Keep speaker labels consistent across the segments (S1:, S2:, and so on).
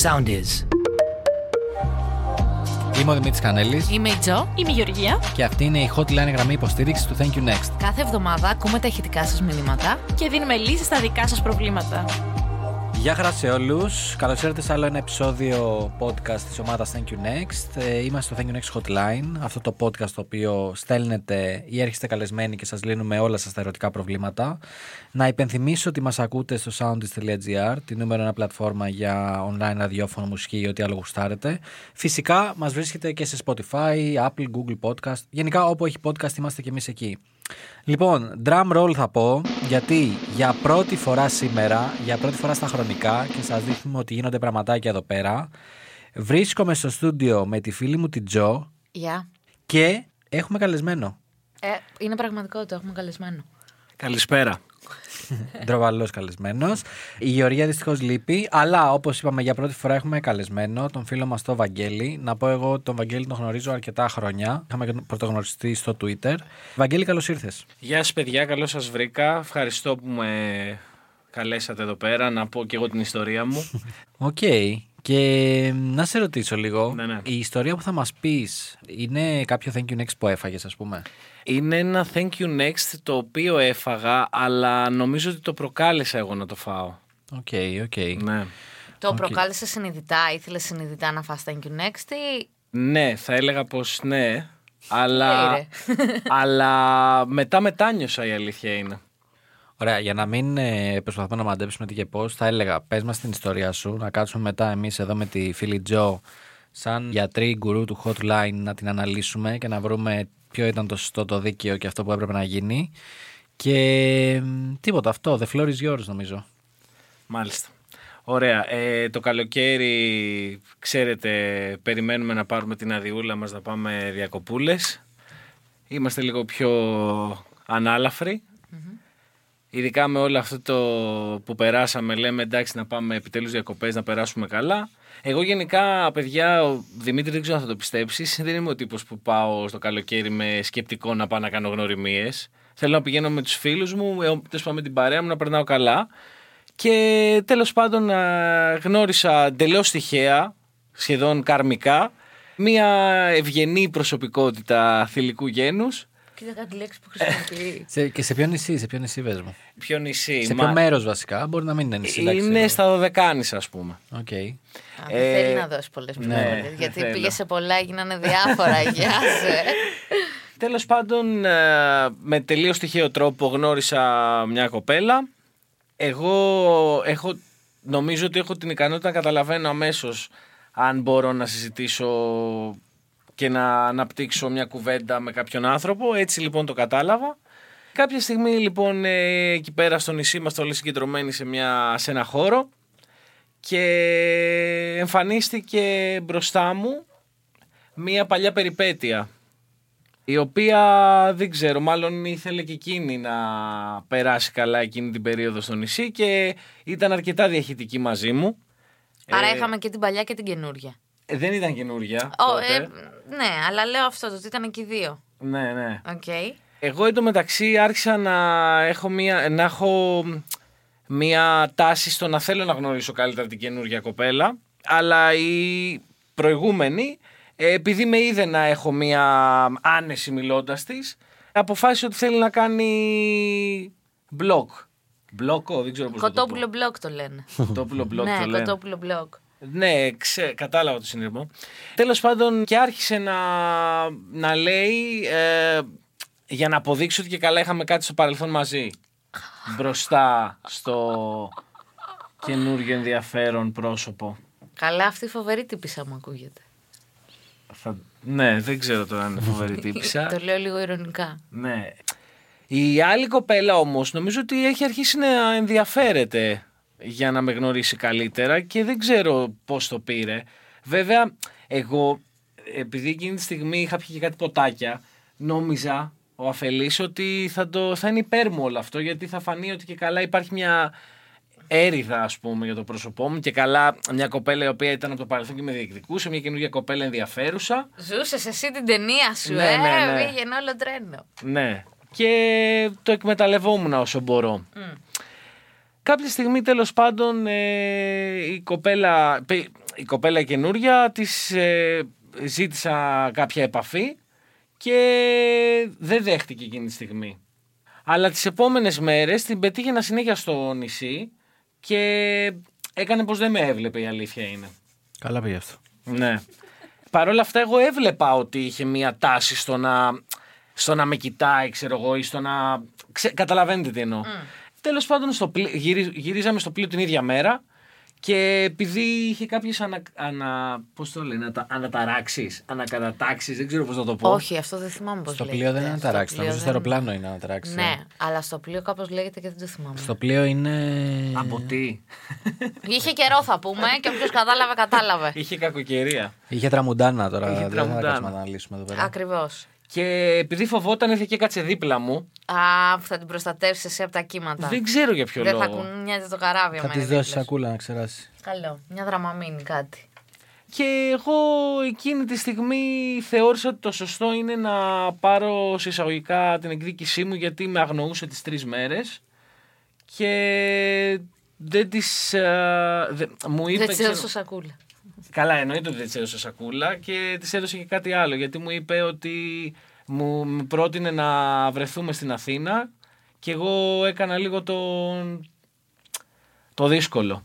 S1: sound is.
S2: Είμαι ο Δημήτρης Κανέλης
S3: Είμαι η Τζο.
S4: Είμαι η Γεωργία
S2: και αυτή είναι η hotline γραμμή υποστήριξης του Thank You Next.
S3: Κάθε εβδομάδα ακούμε τα ηχητικά σας μηνύματα.
S4: και δίνουμε λύσεις στα δικά σας προβλήματα.
S2: Γεια χαρά σε όλους. Καλώς ήρθατε σε άλλο ένα επεισόδιο podcast της ομάδας Thank You Next. Ε, Είμαστε στο Thank You Next Hotline, αυτό το podcast το οποίο στέλνετε ή έρχεστε καλεσμένοι και σας λύνουμε όλα σας τα ερωτικά προβλήματα. Να υπενθυμίσω ότι μας ακούτε στο soundist.gr, τη νούμερο ένα πλατφόρμα για online ραδιόφωνο, μουσική ή ό,τι άλλο γουστάρετε. Φυσικά μας βρίσκεται και σε Spotify, Apple, Google Podcast. Γενικά όπου έχει podcast είμαστε και εμείς εκεί. Λοιπόν, drum roll θα πω, γιατί για πρώτη φορά σήμερα, για πρώτη φορά στα χρονικά και σας δείχνουμε ότι γίνονται πραγματάκια εδώ πέρα, βρίσκομαι στο στούντιο με τη φίλη μου την Τζο
S3: Γεια.
S2: και έχουμε καλεσμένο.
S3: Ε, είναι πραγματικό το έχουμε καλεσμένο.
S5: Καλησπέρα.
S2: Ντροβαλός καλεσμένος. Η Γεωργία δυστυχώς λείπει. Αλλά όπως είπαμε, για πρώτη φορά έχουμε καλεσμένο τον φίλο μας τον Βαγγέλη. Να πω εγώ τον Βαγγέλη τον γνωρίζω αρκετά χρόνια. Είχαμε πρωτογνωριστεί στο Twitter. Βαγγέλη, καλώς ήρθες.
S5: Γεια σας παιδιά, καλώς σας βρήκα. Ευχαριστώ που με καλέσατε εδώ πέρα να πω και εγώ την ιστορία μου.
S2: Οκ. Και μ, να σε ρωτήσω λίγο.
S5: Ναι, ναι.
S2: Η ιστορία που θα μας πεις είναι κάποιο thank you next που έφαγες, ας πούμε.
S5: Είναι ένα thank you next το οποίο έφαγα, αλλά νομίζω ότι το προκάλεσα εγώ να το φάω.
S2: Οκ, οκ.
S5: Ναι.
S3: Το προκάλεσε συνειδητά, ήθελες συνειδητά να φας thank you next ή...
S5: Ναι, θα έλεγα πως ναι,
S3: Ε,
S5: αλλά, αλλά μετά μετάνιωσα η αλήθεια είναι.
S2: Ωραία, για να μην ε, προσπαθούμε να μαντέψουμε τι και πώς, θα έλεγα πες μας την ιστορία σου, να κάτσουμε μετά εμείς εδώ με τη φίλη Τζο, σαν γιατροί γκουρού του hotline, να την αναλύσουμε και να βρούμε ποιο ήταν το σωστό, το δίκαιο και αυτό που έπρεπε να γίνει. Και μ, τίποτα, αυτό. The floor is yours, νομίζω.
S5: Μάλιστα. Ωραία. Ε, το καλοκαίρι, ξέρετε, περιμένουμε να πάρουμε την αδιούλα μας να πάμε διακοπούλες. Είμαστε λίγο πιο ανάλαφροι. Ειδικά με όλο αυτό το που περάσαμε, λέμε εντάξει να πάμε επιτέλους διακοπές, να περάσουμε καλά. Εγώ γενικά, παιδιά, ο Δημήτρη δεν ξέρω αν θα το πιστέψεις, δεν είμαι ο τύπος που πάω στο καλοκαίρι με σκεπτικό να πάω να κάνω γνωριμίες. Θέλω να πηγαίνω με τους φίλους μου, ε, τέλος πάντων με την παρέα μου, να περνάω καλά. Και τέλος πάντων α, γνώρισα εντελώς τυχαία, σχεδόν καρμικά, μία ευγενή προσωπικότητα θηλυκού γένους.
S3: Κοίτα τη λέξη που χρησιμοποιεί.
S2: Σε, και σε ποιο νησί, σε ποιο νησί, πες μου.
S5: Ποιο νησί,
S2: Σε
S5: μα-
S2: ποιο μέρος βασικά, μπορεί να μην είναι ναι. νησί. εντάξει.
S5: Είναι στα Δωδεκάνησα ας πούμε.
S2: Οκ.
S3: Α, δεν
S5: Ε,
S3: θέλει να δώσει πολλές πληροφορίες.
S5: δεν
S3: γιατί
S5: θέλω.
S3: πήγε σε πολλά, έγινανε διάφορα. Γεια σε.
S5: Τέλος πάντων, ε, με τελείως τυχαίο τρόπο γνώρισα μια κοπέλα. Εγώ έχω, νομίζω ότι έχω την ικανότητα να καταλαβαίνω αμέσως αν μπορώ να συζητήσω και να αναπτύξω μια κουβέντα με κάποιον άνθρωπο. Έτσι λοιπόν το κατάλαβα. Κάποια στιγμή λοιπόν ε, εκεί πέρα στο νησί είμαστε όλοι συγκεντρωμένοι σε, μια, σε ένα χώρο και εμφανίστηκε μπροστά μου μια παλιά περιπέτεια η οποία δεν ξέρω, μάλλον ήθελε και εκείνη να περάσει καλά εκείνη την περίοδο στο νησί και ήταν αρκετά διαχειτική μαζί μου.
S3: Άρα
S5: Ε,
S3: είχαμε και την παλιά και την καινούργια.
S5: ε, Δεν ήταν καινούργια.
S3: Ω,
S5: τότε.
S3: ε, ναι, αλλά λέω αυτό, το ότι ήταν και οι δύο.
S5: Ναι, ναι.
S3: Οκ.
S5: Εγώ εντωμεταξύ άρχισα να έχω μία, να έχω μία τάση στο να θέλω να γνωρίσω καλύτερα την καινούργια κοπέλα. Αλλά η προηγούμενη, ε, επειδή με είδε να έχω μία άνεση μιλώντας της, αποφάσισε ότι θέλει να κάνει μπλοκ. Μπλόκο, δεν ξέρω πώς να το πω.
S3: Κοτόπουλο μπλοκ το λένε.
S5: Κοτόπουλο μπλοκ
S3: ναι,
S5: το λένε.
S3: κοτόπουλο μπλοκ.
S5: Ναι, ξε, κατάλαβα το συνειρμό. Τέλος πάντων και άρχισε να, να λέει ε, για να αποδείξει ότι και καλά είχαμε κάτι στο παρελθόν μαζί. Μπροστά στο καινούργιο ενδιαφέρον πρόσωπο.
S3: Καλά, αυτή η φοβερή τύπησα μου ακούγεται.
S5: Θα- Ναι, δεν ξέρω τώρα αν είναι φοβερή τύπησα.
S3: Το λέω λίγο ηρωνικά.
S5: ναι. Η άλλη κοπέλα όμως νομίζω ότι έχει αρχίσει να ενδιαφέρεται για να με γνωρίσει καλύτερα και δεν ξέρω πώς το πήρε. Βέβαια, εγώ επειδή εκείνη τη στιγμή είχα πιει και κάτι ποτάκια, νόμιζα ο αφελής ότι θα, το, θα είναι υπέρ μου όλο αυτό γιατί θα φανεί ότι και καλά υπάρχει μια έρηδα ας πούμε για το πρόσωπό μου και καλά μια κοπέλα η οποία ήταν από το παρελθόν και με διεκδικούσε, μια καινούργια κοπέλα ενδιαφέρουσα
S3: Ζούσες εσύ την ταινία σου,
S5: Ναι,
S3: ε!
S5: ναι, ναι.
S3: Πήγαινε όλο τρένο.
S5: Ναι. Και το εκμεταλλευόμουν όσο μπορώ. Κάποια στιγμή τέλος πάντων ε, η κοπέλα πε- η κοπέλα η καινούρια της ε, ζήτησα κάποια επαφή και δεν δέχτηκε εκείνη τη στιγμή. Αλλά τις επόμενες μέρες την πετύχε να συνέχεια στο νησί και έκανε πως δεν με έβλεπε η αλήθεια είναι.
S2: Καλά πήγε αυτό.
S5: Ναι. Παρ' όλα αυτά, εγώ έβλεπα ότι είχε μία τάση στο να, στο να με κοιτάει, ξέρω εγώ, ή στο να. Ξε... Καταλαβαίνετε τι εννοώ. Τέλος Τέλος πάντων, στο πλοίο- γυρι- γυρίζαμε στο πλοίο την ίδια μέρα και επειδή είχε κάποιες ανα... ανα... πώς το λένε, ατα... αναταράξεις, ανακατατάξεις, δεν ξέρω πώς να το πω.
S3: Όχι, αυτό δεν θυμάμαι πώς
S2: Στο
S3: λέγεται.
S2: πλοίο δεν είναι
S3: Στο
S2: αναταράξεις.
S3: πλοίο
S2: Νομίζω στο
S3: δεν-
S2: αεροπλάνο είναι αναταράξεις.
S3: Ναι, αλλά στο πλοίο κάπως λέγεται και δεν το θυμάμαι.
S2: Στο πλοίο είναι.
S5: Από τι.
S3: Είχε καιρό θα πούμε και όποιος κατάλαβε, κατάλαβε.
S5: είχε κακοκαιρία.
S2: Είχε τραμουντάνα τώρα.
S5: Είχε
S2: δεν θα
S5: τραμουντάνα.
S2: κάτσουμε να αναλύσουμε εδώ πέρα.
S3: Ακριβώς.
S5: Και επειδή φοβόταν, ήρθε και κάτσε δίπλα μου.
S3: Α, που θα την προστατεύσεις εσύ από τα κύματα.
S5: Δεν ξέρω για ποιο
S3: Δεν θα
S5: λόγο.
S3: κουνιάζει το καράβι,
S2: Θα
S3: άμα
S2: της δώσει
S3: είναι δίπλα σου.
S2: σακούλα να ξεράσει.
S3: Καλό. Μια δραμαμίνη κάτι.
S5: Και εγώ εκείνη τη στιγμή θεώρησα ότι το σωστό είναι να πάρω σε εισαγωγικά την εκδίκησή μου γιατί με αγνοούσε τις τρεις μέρες και δεν τις... α, δε- μου είπε...
S3: Δεν ξέρω
S5: ξέρω-
S3: στο σακούλα.
S5: Καλά εννοείται ότι δεν της έδωσε σακούλα και της έδωσε και κάτι άλλο γιατί μου είπε ότι μου μου πρότεινε να βρεθούμε στην Αθήνα και εγώ έκανα λίγο τον... το δύσκολο.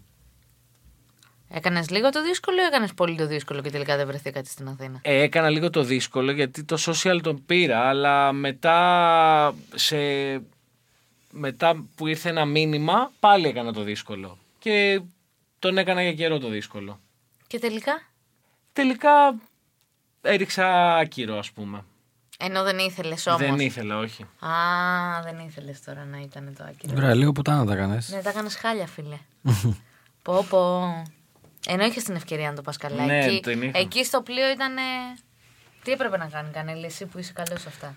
S3: Έκανες λίγο το δύσκολο ή έκανες πολύ το δύσκολο και τελικά δεν βρεθήκατε στην Αθήνα.
S5: Ε, έκανα λίγο το δύσκολο γιατί το social τον πήρα, αλλά μετά, σε... μετά που ήρθε ένα μήνυμα, πάλι έκανα το δύσκολο. Και τον έκανα για καιρό το δύσκολο.
S3: Και τελικά.
S5: Τελικά έριξα άκυρο, ας πούμε.
S3: Ενώ δεν ήθελες όμως.
S5: Δεν ήθελα, όχι.
S3: Α, δεν ήθελες τώρα να ήταν το άκυρο.
S2: Ωραία, λίγο πουτά να τα κάνεις.
S3: Ναι, τα έκανε χάλια, φίλε. πω, πω. Ενώ είχες την ευκαιρία να το πας καλά.
S5: Ναι,
S3: εκεί,
S5: την είχα.
S3: εκεί στο πλοίο ήταν. Τι έπρεπε να κάνει κανένα, εσύ που είσαι καλός σε αυτά.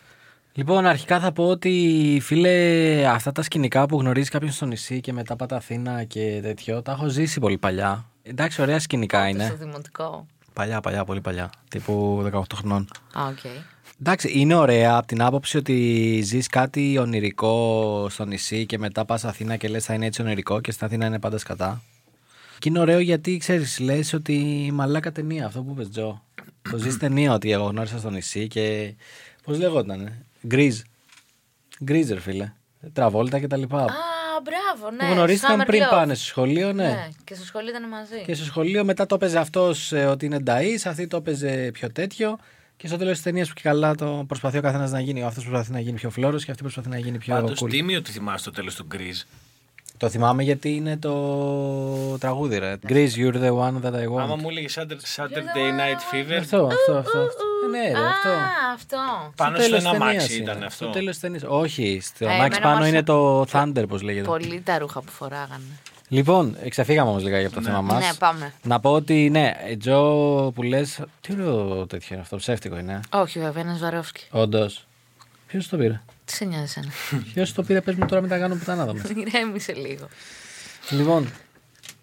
S2: Λοιπόν, αρχικά θα πω ότι φίλε, αυτά τα σκηνικά που γνωρίζει κάποιον στο νησί και μετά πάτα Αθήνα και τέτοιο, τα έχω ζήσει πολύ παλιά. Εντάξει, ωραία σκηνικά
S3: Στο
S2: είναι.
S3: δημοτικό.
S2: Παλιά, παλιά, πολύ παλιά. Τύπου 18 χρονών.
S3: Α, οκ.
S2: Εντάξει, είναι ωραία από την άποψη ότι ζεις κάτι ονειρικό στο νησί και μετά πας Αθήνα και λες θα είναι έτσι ονειρικό και στην Αθήνα είναι πάντα σκατά. Και είναι ωραίο γιατί ξέρεις, λες ότι μαλάκα ταινία, αυτό που είπες Τζο. Το ζεις ταινία ότι εγώ γνώρισα στο νησί και πώς λεγότανε, γκριζ. Γκριζερ φίλε, τραβόλτα και τα λοιπά.
S3: Α, μπράβο, ναι.
S2: που γνωρίστηκαν
S3: summer
S2: πριν
S3: love.
S2: πάνε στο σχολείο, ναι.
S3: Ναι, και στο σχολείο ήταν μαζί.
S2: Ε. Και στο σχολείο μετά το έπαιζε αυτός ότι είναι νταή, αυτή το έπαιζε πιο τέτοιο. Και στο τέλος της ταινίας που και καλά το προσπαθεί ο καθένας να γίνει. Ο αυτός προσπαθεί να γίνει πιο φλόρος και αυτή προσπαθεί να γίνει πιο
S5: Πάντως
S2: cool.
S5: τίμιο ότι θυμάσαι το τέλος του Γκριζ.
S2: Το θυμάμαι γιατί είναι το τραγούδι, ρε. Greece, you're the one that I want.
S5: Ναι. Άμα μου έλεγες Saturday Night Fever,
S2: Αυτό, αυτό, αυτό. αυτό. Ναι, ρε, αυτό.
S3: Α, αυτό.
S5: πάνω
S2: Στο
S5: στο
S2: τέλος
S5: ένα
S2: ταινίας
S5: μάξι
S2: είναι.
S5: ήταν αυτό.
S2: Στο τέλος ταινίας. Όχι, στο
S3: Ε,
S2: μάξι
S3: εμένα
S2: πάνω
S3: μου
S2: είναι
S3: άρεσε-
S2: το Thunder, πώς λέγεται.
S3: Πολύ τα ρούχα που φοράγανε.
S2: Λοιπόν, εξαφύγαμε όμω λίγα από το θέμα μας.
S3: Ναι, πάμε.
S2: Να πω ότι ναι, ε, Τζο που λες. Τι ωραίο τέτοιο είναι αυτό, ψεύτικο είναι.
S3: Όχι, βέβαια, ένα Βαρόφσκι.
S2: Όντως. Ποιος το πήρε.
S3: Τι σε νοιάζει ένα.
S2: Ποιος το πήρε, πες μου τώρα μετά κάνω πουτάνα εδώ μέσα.
S3: Ηρέμησε λίγο.
S2: λοιπόν.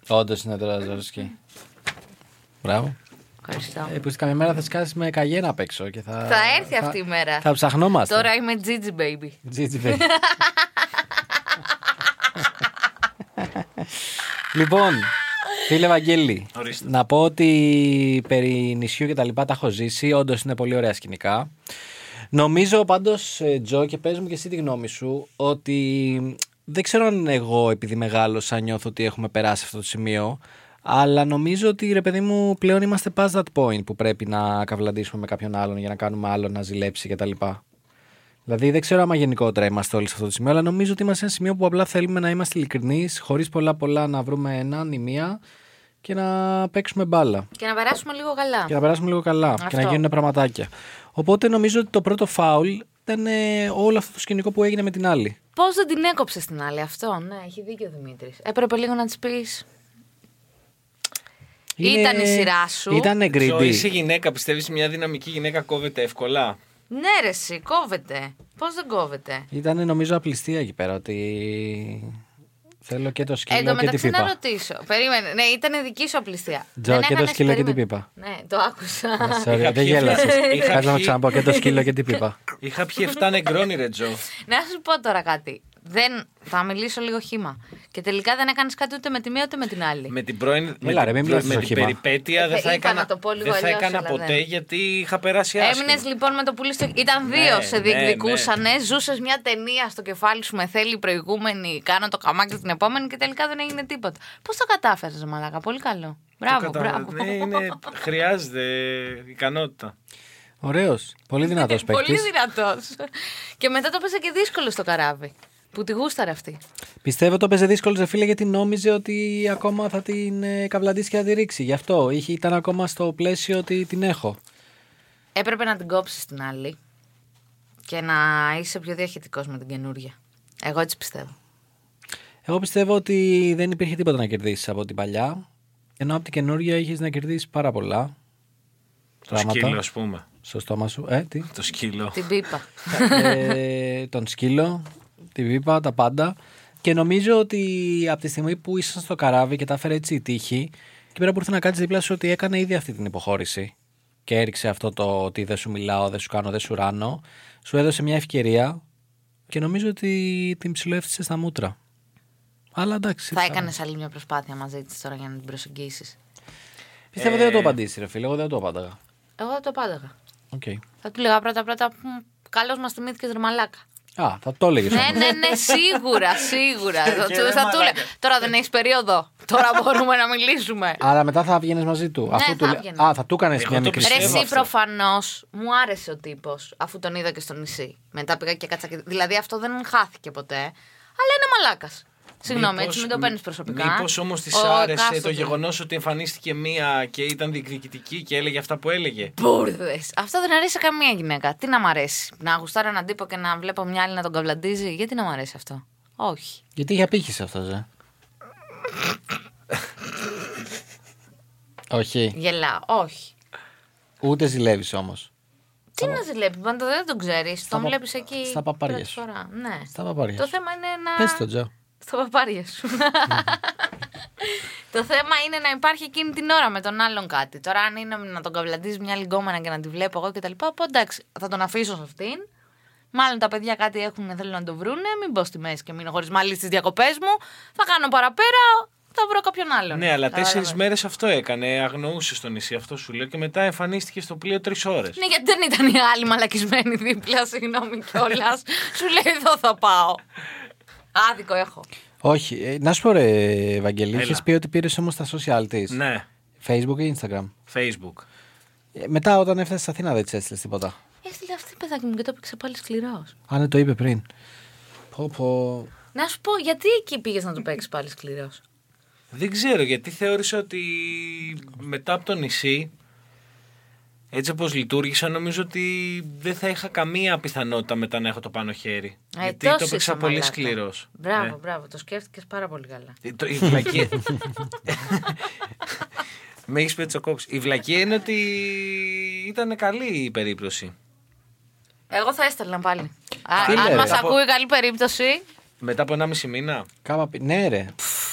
S2: Όντως είναι τώρα Ζωρσκή. Μπράβο.
S3: Ευχαριστώ.
S2: Ε, που καμιά μέρα θα σκάσει με καγένα απ' έξω και θα.
S3: Θα έρθει αυτή η μέρα.
S2: Θα ψαχνόμαστε.
S3: Τώρα είμαι Gigi baby.
S2: Τζίτζι, παιδί. λοιπόν, φίλε Βαγγέλη,
S5: Ορίστε.
S2: να πω ότι περί νησιού και τα λοιπά τα έχω ζήσει. Όντως είναι πολύ ωραία σκηνικά. Νομίζω πάντως, Τζο, και πες μου και εσύ τη γνώμη σου, ότι δεν ξέρω αν εγώ επειδή μεγάλωσα νιώθω ότι έχουμε περάσει αυτό το σημείο. Αλλά νομίζω ότι ρε παιδί μου πλέον είμαστε past that point που πρέπει να καυλαντήσουμε με κάποιον άλλον για να κάνουμε άλλον να ζηλέψει κτλ. Δηλαδή δεν ξέρω άμα γενικότερα είμαστε όλοι σε αυτό το σημείο, αλλά νομίζω ότι είμαστε σε ένα σημείο που απλά θέλουμε να είμαστε ειλικρινείς, χωρίς πολλά πολλά να βρούμε έναν ή μία και να παίξουμε μπάλα.
S3: Και να περάσουμε λίγο καλά.
S2: Και να περάσουμε λίγο καλά και να
S3: Αυτό.
S2: γίνουν πραγματάκια. Οπότε νομίζω ότι το πρώτο φάουλ ήταν ε, όλο αυτό το σκηνικό που έγινε με την άλλη.
S3: Πώς δεν την έκοψες την άλλη αυτό, Ναι, έχει δίκιο ο Δημήτρης. Έπρεπε λίγο να της πεις. Ήταν η σειρά σου.
S2: Ήταν
S5: Ζω,
S2: greedy.
S5: είσαι γυναίκα, πιστεύεις μια δυναμική γυναίκα κόβεται εύκολα.
S3: Ναι, ρε, εσύ, κόβεται. Πώς δεν κόβεται.
S2: Ήταν νομίζω απληστία εκεί πέρα ότι θέλω και το
S3: Εν
S2: σκύλο
S3: τω
S2: και την
S3: μεταξύ να
S2: πίπα.
S3: ρωτήσω. Περίμενε. Ναι, ήταν η δική σου απληστία.
S2: Τζο,
S3: Δεν
S2: και το
S3: έκανες-
S2: σκύλο και την
S3: περίμενε. Ναι, το άκουσα.
S2: Ε, Sorry, δεν
S5: Είχα πιει-
S2: γέλασες.
S5: είχα
S2: Κάτσε να
S5: πιει-
S2: ξαναπώ και το σκύλο και την πίπα.
S5: Είχα πιει 7 νεκρόνι ρε Τζο.
S3: Να σου πω τώρα κάτι. Δεν, θα μιλήσω λίγο χήμα. Και τελικά δεν έκανες κάτι ούτε με τη μία ούτε με την άλλη.
S5: Με την πρώην. με
S2: Έλα, ρε,
S5: την
S2: μην
S5: πρώην-
S2: μιλάς
S5: με
S2: στο
S5: την
S2: χήμα.
S5: περιπέτεια δεν
S3: Ε,
S5: θα
S3: είπα
S5: έκανα,
S3: να το πω λίγο
S5: δεν θα
S3: αλλιώς,
S5: έκανα
S3: αλλά ναι.
S5: ποτέ
S3: δεν.
S5: γιατί είχα περάσει άσχημα.
S3: Έμεινες λοιπόν με το πουλί στο. Ήταν δύο,
S5: Ναι,
S3: σε
S5: ναι,
S3: διεκδικούσανε. Ζούσες μια ταινία στο κεφάλι σου με θέλει η προηγούμενη. Κάνω το καμάκι την επόμενη και τελικά δεν έγινε τίποτα. Πώς το κατάφερες, Μαλάκα, πολύ καλό. Μπράβο,
S5: Το κατα-
S3: μπράβο.
S5: Ναι, είναι, χρειάζεται ικανότητα.
S2: Ωραίος. Πολύ δυνατό παίκτη.
S3: πολύ δυνατός. και μετά το πέσε και δύσκολο στο καράβι. Που τη γούσταρε αυτή.
S2: Πιστεύω το παίζει δύσκολο, ρε φίλε, γιατί νόμιζε ότι ακόμα θα την ε, καυλαντήσει και θα τη ρίξει. Γι' αυτό είχε, ήταν ακόμα στο πλαίσιο ότι την έχω.
S3: Έπρεπε να την κόψεις την άλλη και να είσαι πιο διαχειτικός με την καινούρια. Εγώ έτσι πιστεύω.
S2: Εγώ πιστεύω ότι δεν υπήρχε τίποτα να κερδίσεις από την παλιά. Ενώ από την καινούργια είχες να κερδίσεις πάρα πολλά.
S5: Το σκύλο, ας πούμε.
S2: Στο στόμα σου. Ε, τι.
S5: Το σκύλο.
S3: Την πίπα.
S2: ε, τον σκύλο, την πίπα, τα πάντα. Και νομίζω ότι από τη στιγμή που ήσασταν στο καράβι και τα έφερε έτσι η τύχη, και πέρα που ήρθε να κάτσεις δίπλα σου ότι έκανε ήδη αυτή την υποχώρηση. Και έριξε αυτό το ότι δεν σου μιλάω, δεν σου κάνω, δεν σου ράνω. Σου έδωσε μια ευκαιρία και νομίζω ότι την ψηλοέφτισε στα μούτρα. Αλλά εντάξει.
S3: θα έκανες άλλη μια προσπάθεια μαζί της τώρα για να την προσεγγίσεις.
S2: Πιστεύω δεν θα το
S5: Ε.
S2: απαντήσεις, ρε φίλε. Εγώ δεν το απάνταγα.
S3: Εγώ θα το πάταγα.
S2: Οκ.
S3: Θα του λέγα πρώτα πρώτα. Καλώς μας θυμήθηκες ρεμαλάκα.
S2: Α, θα το έλεγες.
S3: ναι, ναι, ναι, σίγουρα, σίγουρα. θα του, θα του λέ- Τώρα δεν έχεις περίοδο. Τώρα μπορούμε να μιλήσουμε.
S2: Αλλά μετά θα βγαίνεις μαζί του. Αφού του
S3: Ναι, θα
S2: λέ-
S3: έβγαινε.
S2: Α, θα του έκανε μια
S5: το
S2: μικρή
S3: Ρε,
S5: πιστεύω
S3: εσύ
S5: αυτό.
S3: προφανώς μου άρεσε ο τύπος αφού τον είδα και στο νησί. Μετά πήγα και κάτσα. και- Δηλαδή αυτό δεν χάθηκε ποτέ. Αλλά είναι μαλάκας. Συγγνώμη, έτσι μην το παίρνεις προσωπικά.
S5: Μήπως όμως της
S3: Ο
S5: άρεσε το
S3: εκάστοτε.
S5: γεγονός ότι εμφανίστηκε μία και ήταν διεκδικητική και έλεγε αυτά που έλεγε.
S3: Μπούρδες. Αυτό δεν αρέσει σε καμία γυναίκα. Τι να μ' αρέσει. Να γουστάρω έναν τύπο και να βλέπω μια άλλη να τον καβλαντίζει. Γιατί να μ' αρέσει αυτό. Όχι.
S2: Γιατί είχε απήχηση αυτό, ε. Όχι.
S3: Γελάω. Όχι.
S2: Ούτε ζηλεύεις όμως.
S3: Τι να ζηλεύει, πάντα δεν τον ξέρεις. Τον
S2: πα-
S3: βλέπεις εκεί.
S2: στα παπάρια
S3: πρώτη
S2: σου.
S3: φορά. Ναι.
S2: Στα παπάρια
S3: Το
S2: σου.
S3: θέμα είναι να.
S2: Πες το, Τζο.
S3: Στα παπάρια σου. το θέμα είναι να υπάρχει εκείνη την ώρα με τον άλλον κάτι. Τώρα, αν είναι να τον καβλαντίζει μια λιγκόμενα και να τη βλέπω εγώ κτλ. Πω εντάξει, θα τον αφήσω σε αυτήν. Μάλλον τα παιδιά κάτι έχουν, θέλουν να τον βρούνε. Μην μπω στη μέση και μείνω χωρίς μαλλί στις διακοπές μου. Θα κάνω παραπέρα, θα βρω κάποιον άλλον.
S5: Ναι, αλλά
S3: Κατάλαβες.
S5: τέσσερι μέρες αυτό έκανε. Αγνοούσες στο νησί, αυτό σου λέω. Και μετά εμφανίστηκε στο πλοίο τρεις ώρες.
S3: Ναι, γιατί δεν ήταν η άλλη μαλακισμένη δίπλα, συγγνώμη κιόλας. Σου λέει εδώ θα πάω. Άδικο έχω.
S2: Όχι. ε, να σου πω, ρε, Ευαγγελή,
S5: Έλα.
S2: είχες πει ότι πήρες όμως τα social της.
S5: Ναι,
S2: Facebook ή Instagram.
S5: Facebook.
S2: Ε, μετά, όταν έφτασες στην Αθήνα, δεν της έστειλες τίποτα.
S3: Έστειλε Ε, αυτή παιδάκι μου και το έπαιξε πάλι σκληρός.
S2: Α, ναι, το είπε πριν. Πω, πω.
S3: Να σου πω, γιατί εκεί πήγες να το παίξεις πάλι σκληρός.
S5: Δεν ξέρω γιατί θεώρησα ότι μετά από το νησί έτσι όπως λειτουργήσα νομίζω ότι δεν θα είχα καμία πιθανότητα μετά να έχω το πάνω χέρι.
S3: Ε,
S5: γιατί το έπαιξα πολύ σκληρός.
S2: Ναι.
S3: Μπράβο, μπράβο, το σκέφτηκες πάρα πολύ καλά.
S5: Ε, το- Η βλακία... Με έχεις πετσοκόψει. Η βλακία είναι ότι ήταν καλή η περίπτωση.
S3: Εγώ θα έστελνα πάλι. Α,
S2: Τι
S3: αν
S2: λέει,
S3: μα
S2: ρε.
S3: ακούει καλή περίπτωση.
S5: Μετά από 1,5 μήνα.
S2: Κάπα πει. Ναι, ρε.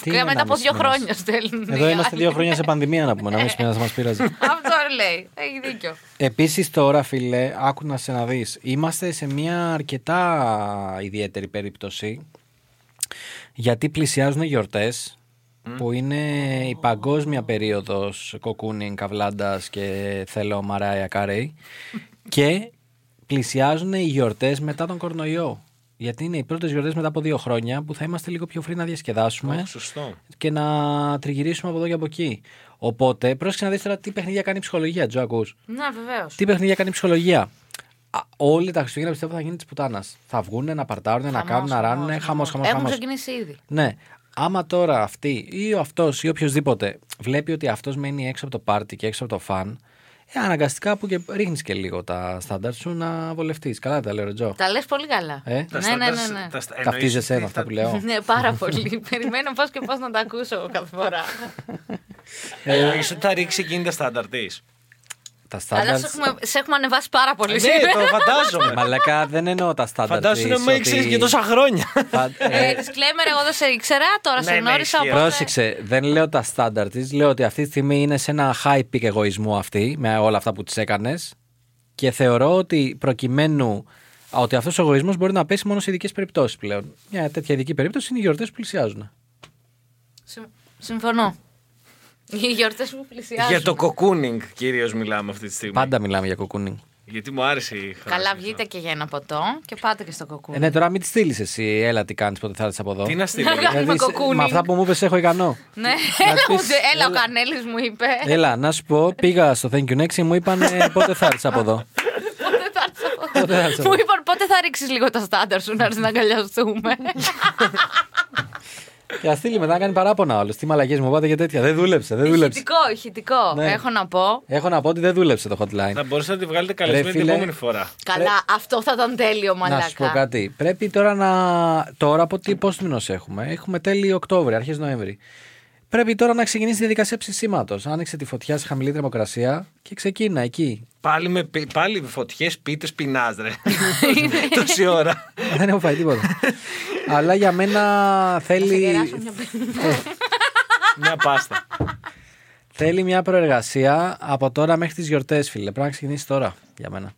S2: Τι
S3: Και
S2: είναι
S3: μετά από
S2: ενάμιση
S3: δύο
S2: μήνας.
S3: χρόνια Ναι, στέλνει.
S2: Εδώ είμαστε δύο χρόνια σε πανδημία να πούμε. Να μην σπίνα, μας πειράζει.
S3: Αυτό λέει. Έχει δίκιο.
S2: Επίσης τώρα, φίλε, άκου να σε να δεις. Είμαστε σε μια αρκετά ιδιαίτερη περίπτωση. Γιατί πλησιάζουν οι γιορτές, που είναι η παγκόσμια περίοδος κοκκούνιν, καβλάντας και θέλω Μαράια Κάρεϊ. και πλησιάζουν οι γιορτές μετά τον κορονοϊό. Γιατί είναι οι πρώτες γιορτές μετά από δύο χρόνια που θα είμαστε λίγο πιο free να διασκεδάσουμε
S5: Ε, Σωστό.
S2: και να τριγυρίσουμε από εδώ και από εκεί. Οπότε, πρόσεξε να δεις τώρα τι παιχνίδια κάνει η ψυχολογία, Τζο, ακούς.
S3: Να, βεβαίως.
S2: Τι παιχνίδια κάνει η ψυχολογία. Α, όλοι τα Χριστούγεννα πιστεύω θα γίνει της πουτάνας. Θα βγούνε να παρτάρουν, να κάνουν, να ράνουν. Χαμός, χαμός,
S3: Έχουν
S2: χαμός.
S3: ξεκινήσει ήδη.
S2: Ναι. Άμα τώρα αυτή ή ο αυτός ή οποιοδήποτε βλέπει ότι αυτός μένει έξω από το πάρτι και έξω από το φαν, ε, αναγκαστικά που και ρίχνεις και λίγο τα στάνταρ σου να βολευτείς. Καλά τα λέω, ρε Τζο.
S3: Τα λες πολύ καλά.
S2: Ε,
S5: Τα
S3: Ναι, ναι, ναι.
S5: στάνταρς-
S3: ναι.
S5: τα στα-
S2: Ταυτίζεσαι
S5: εννοείς
S2: με αυτά
S5: ότι
S2: που λέω.
S3: Ναι, πάρα πολύ. Περιμένω πώ και πώ να τα ακούσω κάθε φορά.
S5: θα- Εννοείς ότι θα ρίξει εκείνη τα στάνταρ της.
S2: Τα
S3: Αλλά
S2: στάνταρ.
S3: σε έχουμε, σε έχουμε ανεβάσει πάρα πολύ
S5: Ναι,
S3: σήμερα.
S5: το φαντάζομαι.
S2: Ε, Μαλακά δεν εννοώ τα στάνταρ.
S5: Φαντάζομαι να με ήξερες και τόσα χρόνια.
S3: Ε, disclaimer, εγώ δεν σε ήξερα, τώρα σε
S5: Ναι, ναι,
S3: γνώρισα.
S5: ισχύει.
S3: οπότε-
S2: Πρόσεξε, δεν λέω τα στάνταρ της. Λέω ότι αυτή τη στιγμή είναι σε ένα high peak εγωισμού αυτή με όλα αυτά που τη έκανες. Και θεωρώ ότι προκειμένου ότι αυτός ο εγωισμός μπορεί να πέσει μόνο σε ειδικές περιπτώσεις πλέον. Μια τέτοια ειδική περίπτωση είναι οι γιορτές που πλησιάζουν.
S3: Συμ- Συμφωνώ. Οι γιορτές μου πλησιάζουν.
S5: Για το κοκκούνινγκ κυρίως μιλάμε αυτή τη στιγμή.
S2: Πάντα μιλάμε για κοκκούνινγκ.
S5: Γιατί μου άρεσε η φράση.
S3: Καλά, βγείτε και για ένα ποτό και πάτε και στο κοκκούνι.
S2: Ε, ναι, τώρα μην τη στείλεις εσύ. Έλα, τι κάνεις, πότε θα έρθεις από εδώ. Δηλαδή,
S5: Τι να στείλω.
S3: Να κάνω-
S5: ρε.
S3: κάνουμε
S2: σε-
S3: κοκκούνινγκ.
S2: με αυτά που μου είπες, έχω ικανό.
S3: Ναι, έλα,
S2: πεις, Ε.
S3: μου τε- έλα, ο Κανέλης μου είπε.
S2: Έλα, να σου πω, πήγα στο Thank you Next και μου είπαν ε, πότε θα έρθεις από εδώ.
S3: Πότε θα έρθω.
S2: Πότε θα έρθω.
S3: Μου είπαν πότε θα ρίξεις λίγο τα στάνταρ σου να έρθεις να αγκαλιαστούμε.
S2: και θα στείλει μετά να κάνει παράπονα όλο. Τι μαλακές μου πάτε και τέτοια. Δεν δούλεψε, δεν δούλεψε.
S3: ηχητικό, ηχητικό.
S2: Ναι.
S3: Έχω να πω.
S2: Έχω να πω ότι δεν δούλεψε το hotline.
S5: Θα μπορούσατε να τη βγάλετε καλεσμένη την
S2: φίλε.
S5: επόμενη φορά.
S3: Καλά, αυτό θα ήταν τέλειο, μαλάκα.
S2: Ε. Να σου πω κάτι. Πρέπει τώρα να. Τώρα από τι πόσο μήνο έχουμε. Έχουμε τέλη Οκτώβρη, αρχές Νοέμβρη. Πρέπει τώρα να ξεκινήσει η διαδικασία ψησίματος. Άνοιξε τη φωτιά σε χαμηλή θερμοκρασία και ξεκίνα εκεί.
S5: Πάλι, με, πι- πάλι φωτιές, πίτες, πεινάς, ρε. Τόση ώρα.
S2: Δεν έχω φάει τίποτα. Αλλά για μένα θέλει,
S3: Γεράσω μια πέρα.
S5: Μια πάστα.
S2: θέλει μια προεργασία από τώρα μέχρι τις γιορτές, φίλε. Πρέπει να ξεκινήσει τώρα για μένα.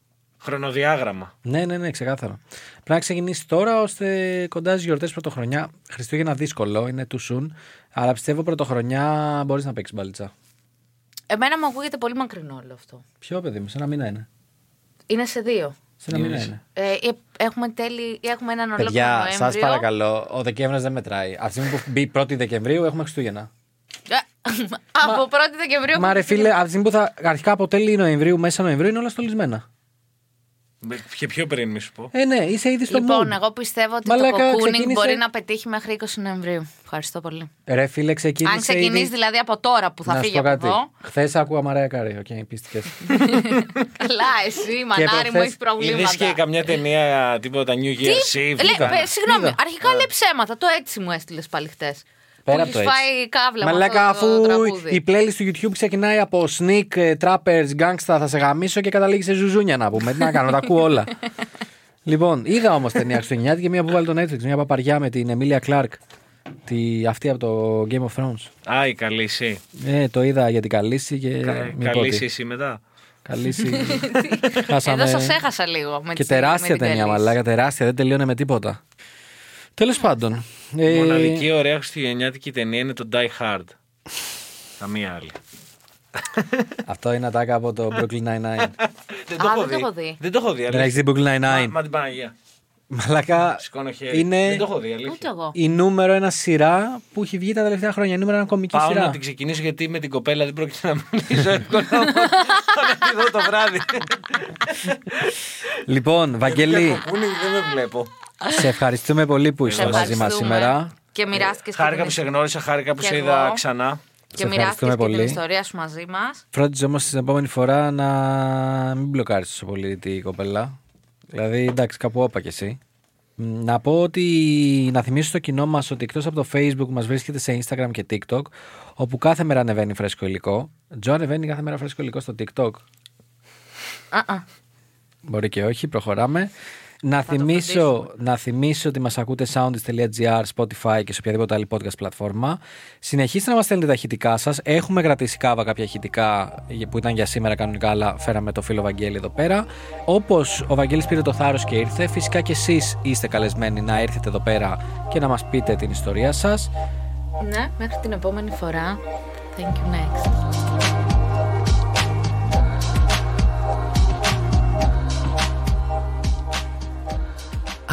S5: Χρονοδιάγραμμα.
S2: Ναι, ναι, ναι, ξεκάθαρα. Πρέπει να ξεκινήσει τώρα ώστε κοντά στις γιορτές πρωτοχρονιά. Χριστούγεννα δύσκολο, είναι too soon. Αλλά πιστεύω πρωτοχρονιά μπορείς να παίξεις μπαλίτσα.
S3: Εμένα μου ακούγεται πολύ μακρινό όλο αυτό.
S2: Ποιο παιδί μου, σε ένα μήνα είναι.
S3: Είναι σε δύο.
S2: Σε ένα μήνα είναι.
S3: Ε, ε, έχουμε τέλει, ε, έχουμε έναν ολόκληρο
S2: Παιδιά,
S3: Νοέμβριο.
S2: σας παρακαλώ, ο Δεκέμβρη δεν μετράει. Αυτή τη στιγμή που μπει 1η Δεκεμβρίου έχουμε Χριστούγεννα.
S3: Ε, Από 1η Δεκεμβρίου.
S2: Μα ρε φίλε, αυτή τη στιγμή που θα αρχικά από τέλη Νοεμβρίου, μέσα Νοεμβρίου είναι όλα στολισμένα.
S5: Με- Και πιο πριν, μη σου πω.
S2: Ε, ναι, είσαι ήδη στο
S3: Λοιπόν,
S2: mood.
S3: εγώ πιστεύω ότι
S2: Μαλάκα,
S3: το κοκκούνινγκ
S2: ξεκίνησε-
S3: μπορεί να πετύχει μέχρι 20 Νοεμβρίου. Ευχαριστώ πολύ.
S2: Ρε φίλε, ξεκίνησε.
S3: Αν ξεκινήσεις
S2: ήδη...
S3: δηλαδή από τώρα που θα
S2: να σου
S3: φύγει
S2: πω
S3: από
S2: κάτι.
S3: εδώ.
S2: Χθες άκουγα Μαρέα Κάρι, οκ, πίστηκες.
S3: Καλά, εσύ, μανάρι μου,
S2: προχθές
S3: έχεις προβλήματα.
S5: Είδες και καμιά ταινία τίποτα New Year's
S3: Τι-
S5: Eve.
S3: Λέ-
S2: είδα,
S3: πε- Συγγνώμη,
S2: είδα.
S3: αρχικά λέει ψέματα. Το έτσι μου έστειλες πάλι χτε.
S2: Πέρα από
S3: που
S2: το
S3: έχεις
S2: έτσι.
S3: φάει κάβλα με
S2: Μαλάκα,
S3: αυτό το
S2: αφού
S3: τραγούδι.
S2: η playlist του YouTube ξεκινάει από sneak, ε, trappers, gangsta, θα σε γαμίσω και καταλήγει σε ζουζούνια να πούμε. Τι να κάνω, τα ακούω όλα. λοιπόν, είδα όμως ταινία Χριστουγεννιάτικη και μία που βάλει το Netflix, μία παπαριά με την Emilia Clark. Τη, αυτή από το Game of Thrones.
S5: Α, η καλή εσύ.
S2: Ε, το είδα για την Καλύση και.
S5: Κα-
S2: Ε, μη πω
S5: Καλή
S2: τι.
S5: εσύ εσύ μετά.
S2: Καλύση.
S3: Εδώ
S2: Χάσαμε.
S3: σας έχασα λίγο. Με
S2: Και
S3: τις- με
S2: τεράστια
S3: την
S2: ταινία,
S3: καλύση.
S2: μαλάκα, τεράστια, δεν τελείωνε με τίποτα. Τέλος πάντων. ε,
S5: Η μοναδική ωραία χριστουγεννιάτικη ταινία είναι το Die Hard. Καμία άλλη.
S2: Αυτό είναι ατάκα από το Brooklyn Nine-Nine.
S5: Δεν
S3: Α, δεν το έχω δει.
S5: Δεν το έχω δει.
S2: Δεν
S5: αλήθεια.
S2: έχεις δει Brooklyn
S5: Μα-
S2: Nine-Nine.
S5: Μα την Παναγία.
S2: Μαλακά
S5: Σηκώνω χέρι.
S2: είναι
S5: Δεν το έχω δει. αλήθεια.
S3: Ούτε εγώ.
S2: η νούμερο ένα σειρά που έχει βγει τα τελευταία χρόνια. Η νούμερο ένα κομική
S5: Πάω
S2: σειρά.
S5: να την ξεκινήσω γιατί με την κοπέλα δεν πρόκειται να μιλήσω εύκολα. οπότε Θα τη δω το βράδυ.
S2: Λοιπόν,
S5: Για
S2: Βαγγελή,
S5: κοκκούνι δεν με βλέπω.
S2: σε ευχαριστούμε πολύ που
S3: Σε
S2: ήσουν μαζί μας
S3: ευχαριστούμε.
S2: σήμερα.
S3: Και μοιράστηκε
S5: Χάρηκα που σε γνώρισα, χάρηκα που
S3: Και
S5: σε
S3: εγώ.
S5: είδα ξανά.
S2: Σε
S3: και
S2: ευχαριστούμε
S3: μοιράστηκε και την
S2: πολύ.
S3: ιστορία σου μαζί μας.
S2: Φρόντιζε όμως την επόμενη φορά να μην μπλοκάρεις τόσο πολύ την κοπέλα. Δηλαδή, εντάξει, κάπου όπα κι εσύ. Μ, Να πω ότι να θυμίσω στο κοινό μας ότι εκτός από το Facebook μας βρίσκεται σε Instagram και TikTok, όπου κάθε μέρα ανεβαίνει φρέσκο υλικό. Τζο ανεβαίνει κάθε μέρα φρέσκο υλικό στο TikTok. Μπορεί και όχι, προχωράμε. Να θυμίσω, να θυμίσω ότι μας ακούτε soundist.gr, Spotify και σε οποιαδήποτε άλλη podcast πλατφόρμα. Συνεχίστε να μας στέλνετε τα ηχητικά σας. Έχουμε κρατήσει κάβα κάποια ηχητικά που ήταν για σήμερα κανονικά, αλλά φέραμε το φίλο Βαγγέλη εδώ πέρα. Όπως ο Βαγγέλης πήρε το θάρρος και ήρθε, φυσικά και εσείς είστε καλεσμένοι να έρθετε εδώ πέρα και να μας πείτε την ιστορία σας.
S3: Ναι, μέχρι την επόμενη φορά. Thank you next.